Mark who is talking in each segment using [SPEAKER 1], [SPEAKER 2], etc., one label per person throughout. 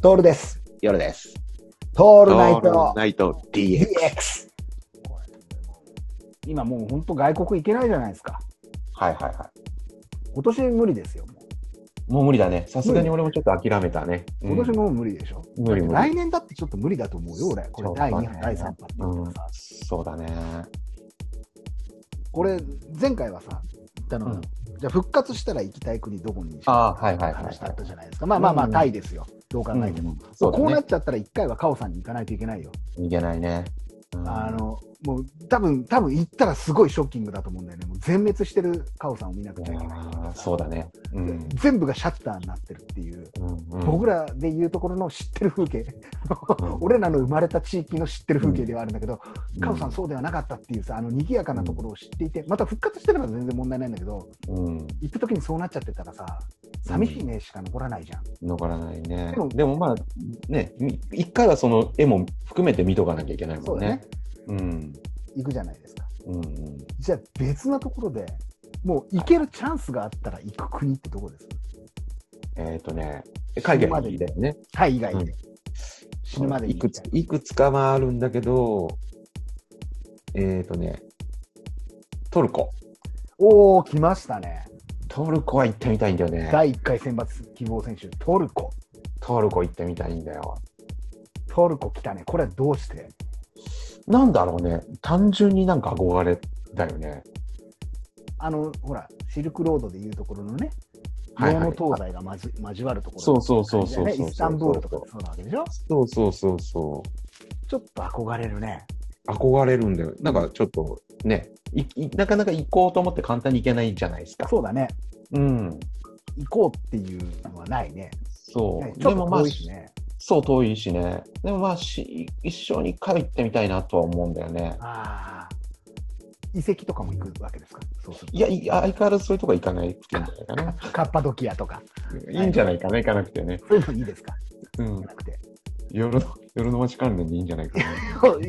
[SPEAKER 1] トールです。
[SPEAKER 2] 夜です。
[SPEAKER 1] ト
[SPEAKER 2] オ
[SPEAKER 1] ールナイト
[SPEAKER 2] ナイト DX。
[SPEAKER 1] DX。今もう本当外国行けないじゃないですか。
[SPEAKER 2] はいはいは
[SPEAKER 1] 今年無理ですよ。も
[SPEAKER 2] い。もう無理だね。さすがに俺もちょっと諦めたね。
[SPEAKER 1] う今年もう無理でしょ。
[SPEAKER 2] うん無理無
[SPEAKER 1] 来
[SPEAKER 2] 理。
[SPEAKER 1] 年だってちょっと無理だと思うよ、俺。これ
[SPEAKER 2] そうだ
[SPEAKER 1] 第
[SPEAKER 2] ね
[SPEAKER 1] 2波、第3波っていうのはさ、
[SPEAKER 2] そうだね。
[SPEAKER 1] これ前回はさ、言ったのが、
[SPEAKER 2] うん
[SPEAKER 1] じゃあ復活したら行きたい国どこにし
[SPEAKER 2] ああ
[SPEAKER 1] か
[SPEAKER 2] はいはいはいはい
[SPEAKER 1] 話だったじゃないですか。まあまあまあ、
[SPEAKER 2] うん
[SPEAKER 1] タイですよ。どう考えても。
[SPEAKER 2] そう
[SPEAKER 1] こうな
[SPEAKER 2] だ
[SPEAKER 1] っ
[SPEAKER 2] ね。
[SPEAKER 1] ちゃったら一回はカオさんに行かないといけないよ。
[SPEAKER 2] いけないね。うん
[SPEAKER 1] あの、もう多分、多分行ったらすごいショッキングだと思うんだよね。もう全滅してるカオさんを見なくちゃいけない。
[SPEAKER 2] あーそうだね。うん。
[SPEAKER 1] 全部がシャッターになってるっていう、僕
[SPEAKER 2] ら
[SPEAKER 1] らでいうところの知ってる風景、
[SPEAKER 2] うん
[SPEAKER 1] 俺らの生まれた地域の知ってる風景ではあるんだけど、カオさん、
[SPEAKER 2] そ
[SPEAKER 1] そうではなかったっていうさ、あの賑やかなところを知っていて、また復活してれば全然問題ないんだけど、
[SPEAKER 2] うん。
[SPEAKER 1] 行った時にそうなっちゃってたらさ、寂しいねしか残らないじゃん。
[SPEAKER 2] 残らないね
[SPEAKER 1] でも。
[SPEAKER 2] でもまあ、ね、み一回はその絵も含めて見とかなきゃいけない
[SPEAKER 1] そ
[SPEAKER 2] も
[SPEAKER 1] うんだね
[SPEAKER 2] ね。、うん。
[SPEAKER 1] 行くじゃないですか。
[SPEAKER 2] うんうん。
[SPEAKER 1] じゃあ、別なところでもう行けるチャンスがあったら行く国ってどこです
[SPEAKER 2] えっとね、海外に行きたいよね。
[SPEAKER 1] タイ以外で。死ぬまでに
[SPEAKER 2] いくつ
[SPEAKER 1] 行きたい
[SPEAKER 2] いくつかはあるんだけど、えっ、ー、とね、トルコ。
[SPEAKER 1] おー、来ましたね。
[SPEAKER 2] トルコは行ってみたいんだよね。
[SPEAKER 1] 第1回選抜希望選手、トルコ。
[SPEAKER 2] トルコ行ってみたいんだよ。
[SPEAKER 1] トルコ来たね。これはどうして
[SPEAKER 2] なんだろうね、単純になんか憧れだよね。
[SPEAKER 1] あの、ほら、シルクロードでいうところのね、
[SPEAKER 2] はいはい
[SPEAKER 1] 能の東西がまじ交わるところ。
[SPEAKER 2] そうそうそうそう
[SPEAKER 1] ね
[SPEAKER 2] そうそうそう
[SPEAKER 1] イスタンブールとかそうなわけでしょ
[SPEAKER 2] そうそうそうそ
[SPEAKER 1] ちょっと憧れるね。
[SPEAKER 2] う。憧れるんだよ。なんかちょっとね、いいなかなか行こうと思って簡単に行けないじゃないですか。
[SPEAKER 1] そうだね。
[SPEAKER 2] うん。
[SPEAKER 1] 行こうっていうのはないね。
[SPEAKER 2] そう。
[SPEAKER 1] ねちょっ
[SPEAKER 2] でも
[SPEAKER 1] と
[SPEAKER 2] まあ
[SPEAKER 1] 遠いしね。
[SPEAKER 2] そう遠いしね。でもまあし、一生に一回は行ってみたいなとは思うんだよね。
[SPEAKER 1] ああ。遺跡とかも行くわけですかそうする
[SPEAKER 2] いや、いや相変わらずそういうとこ行かないくていいんじゃないかな。
[SPEAKER 1] と。カッパドキアとか。
[SPEAKER 2] いいんじゃないかな、行かなくてね。
[SPEAKER 1] そういうのいいですか
[SPEAKER 2] う
[SPEAKER 1] じ
[SPEAKER 2] ん
[SPEAKER 1] ゃ。なく て。
[SPEAKER 2] 夜の、夜の街関連でいいんじゃないかな。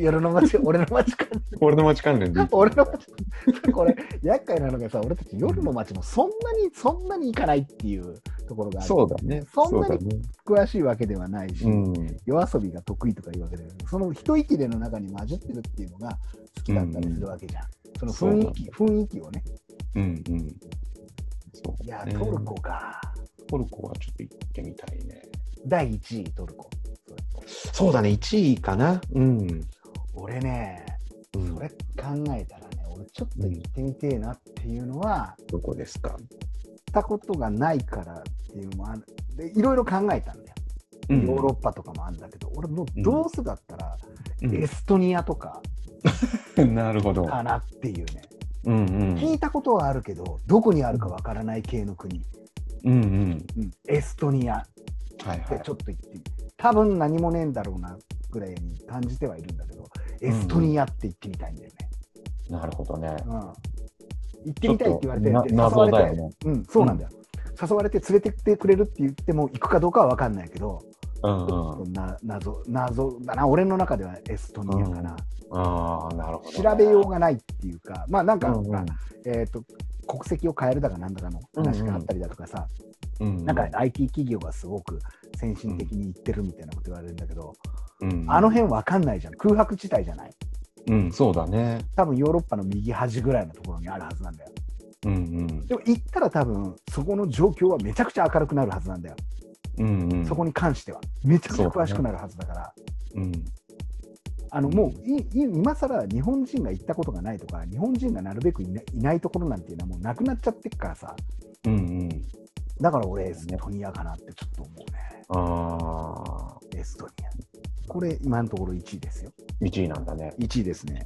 [SPEAKER 1] 夜の街、俺の街か。
[SPEAKER 2] 俺の街関連でいい。
[SPEAKER 1] 俺の街。これ、厄介なのがさ、俺たち夜の街もそんなに、そんなに行かないっていうところがある。
[SPEAKER 2] そうだね。
[SPEAKER 1] そんなに
[SPEAKER 2] うだね。
[SPEAKER 1] 詳しいわけではないし、
[SPEAKER 2] うん。
[SPEAKER 1] 夜遊びが得意とかいうわけではないその一息での中に混じってるっていうのが好きだったりするわけじゃん、その雰囲気雰囲気をね
[SPEAKER 2] うんうん。そう
[SPEAKER 1] いや
[SPEAKER 2] だね
[SPEAKER 1] トルコ。か、
[SPEAKER 2] トルコはちょっと行ってみたいね。
[SPEAKER 1] 第1位トルコ
[SPEAKER 2] そうだね、1位かな。うん。
[SPEAKER 1] 俺ね
[SPEAKER 2] うん
[SPEAKER 1] それ考えたらね俺ちょっと行ってみてえなっていうのは行
[SPEAKER 2] どこですか。
[SPEAKER 1] ったことがないからっていうのもあるでいろいろ考えたんだよ
[SPEAKER 2] ヨ
[SPEAKER 1] ヨーロッパとかもあるんだけど、俺もうどうすだったらエ
[SPEAKER 2] ッ
[SPEAKER 1] ストニアとか
[SPEAKER 2] パ。 なるほど。
[SPEAKER 1] かなっていうね、
[SPEAKER 2] うんうん。
[SPEAKER 1] 聞いたことはあるけどどこにあるかわからない系の国、
[SPEAKER 2] うんうん。
[SPEAKER 1] うん、エストニア
[SPEAKER 2] はいは
[SPEAKER 1] で
[SPEAKER 2] い
[SPEAKER 1] ち。ょっと言ってみて多分何もねえんだろうなぐらいに感じてはいるんだけど、エストニアって言ってみたいんだよね。
[SPEAKER 2] なるほどね
[SPEAKER 1] う。ん、行ってみたいって言われて、
[SPEAKER 2] ちょっと
[SPEAKER 1] で
[SPEAKER 2] な謎
[SPEAKER 1] 誘わ
[SPEAKER 2] だ
[SPEAKER 1] れ
[SPEAKER 2] よ
[SPEAKER 1] て、
[SPEAKER 2] ね。
[SPEAKER 1] うん、そうなんだよ。誘われて連れてってくれるって言っても行くかどうかは分かんないけど、
[SPEAKER 2] うんう
[SPEAKER 1] そ
[SPEAKER 2] ん。
[SPEAKER 1] んな謎謎だな俺の中ではエストニアかな、
[SPEAKER 2] ああ、なるほどね。
[SPEAKER 1] 調べようがないっていうかまあなんか、
[SPEAKER 2] うんうん
[SPEAKER 1] ほらえー、と国籍を変えるだかなんだかの話があったりだとかさ、
[SPEAKER 2] うん。
[SPEAKER 1] なんか IT 企業がすごく先進的に行ってるみたいなこと言われるんだけど、
[SPEAKER 2] うん
[SPEAKER 1] あの辺わかんないじゃん。空白地帯じゃない。
[SPEAKER 2] うん、そうだね。
[SPEAKER 1] 多分ヨーロッパの右端ぐらいのところにあるはずなんだよ。
[SPEAKER 2] うん
[SPEAKER 1] でも行ったら多分そこの状況はめちゃくちゃ明るくなるはずなんだよ。
[SPEAKER 2] うん。うんうん。
[SPEAKER 1] そこ
[SPEAKER 2] に。
[SPEAKER 1] に関しては。めちゃくちゃ詳しくなるはずだから。
[SPEAKER 2] うん。
[SPEAKER 1] あのもういい今更日本人が行ったことがないとか日本人がなるべくいないいないところなんていうのはもうなくなっちゃってっからさ
[SPEAKER 2] うんうん。
[SPEAKER 1] だから俺エストニアかなってちょっと思うね
[SPEAKER 2] ああ、
[SPEAKER 1] エストニアこれ今のところ1位ですよ
[SPEAKER 2] 1位なんだね。
[SPEAKER 1] 1位ですね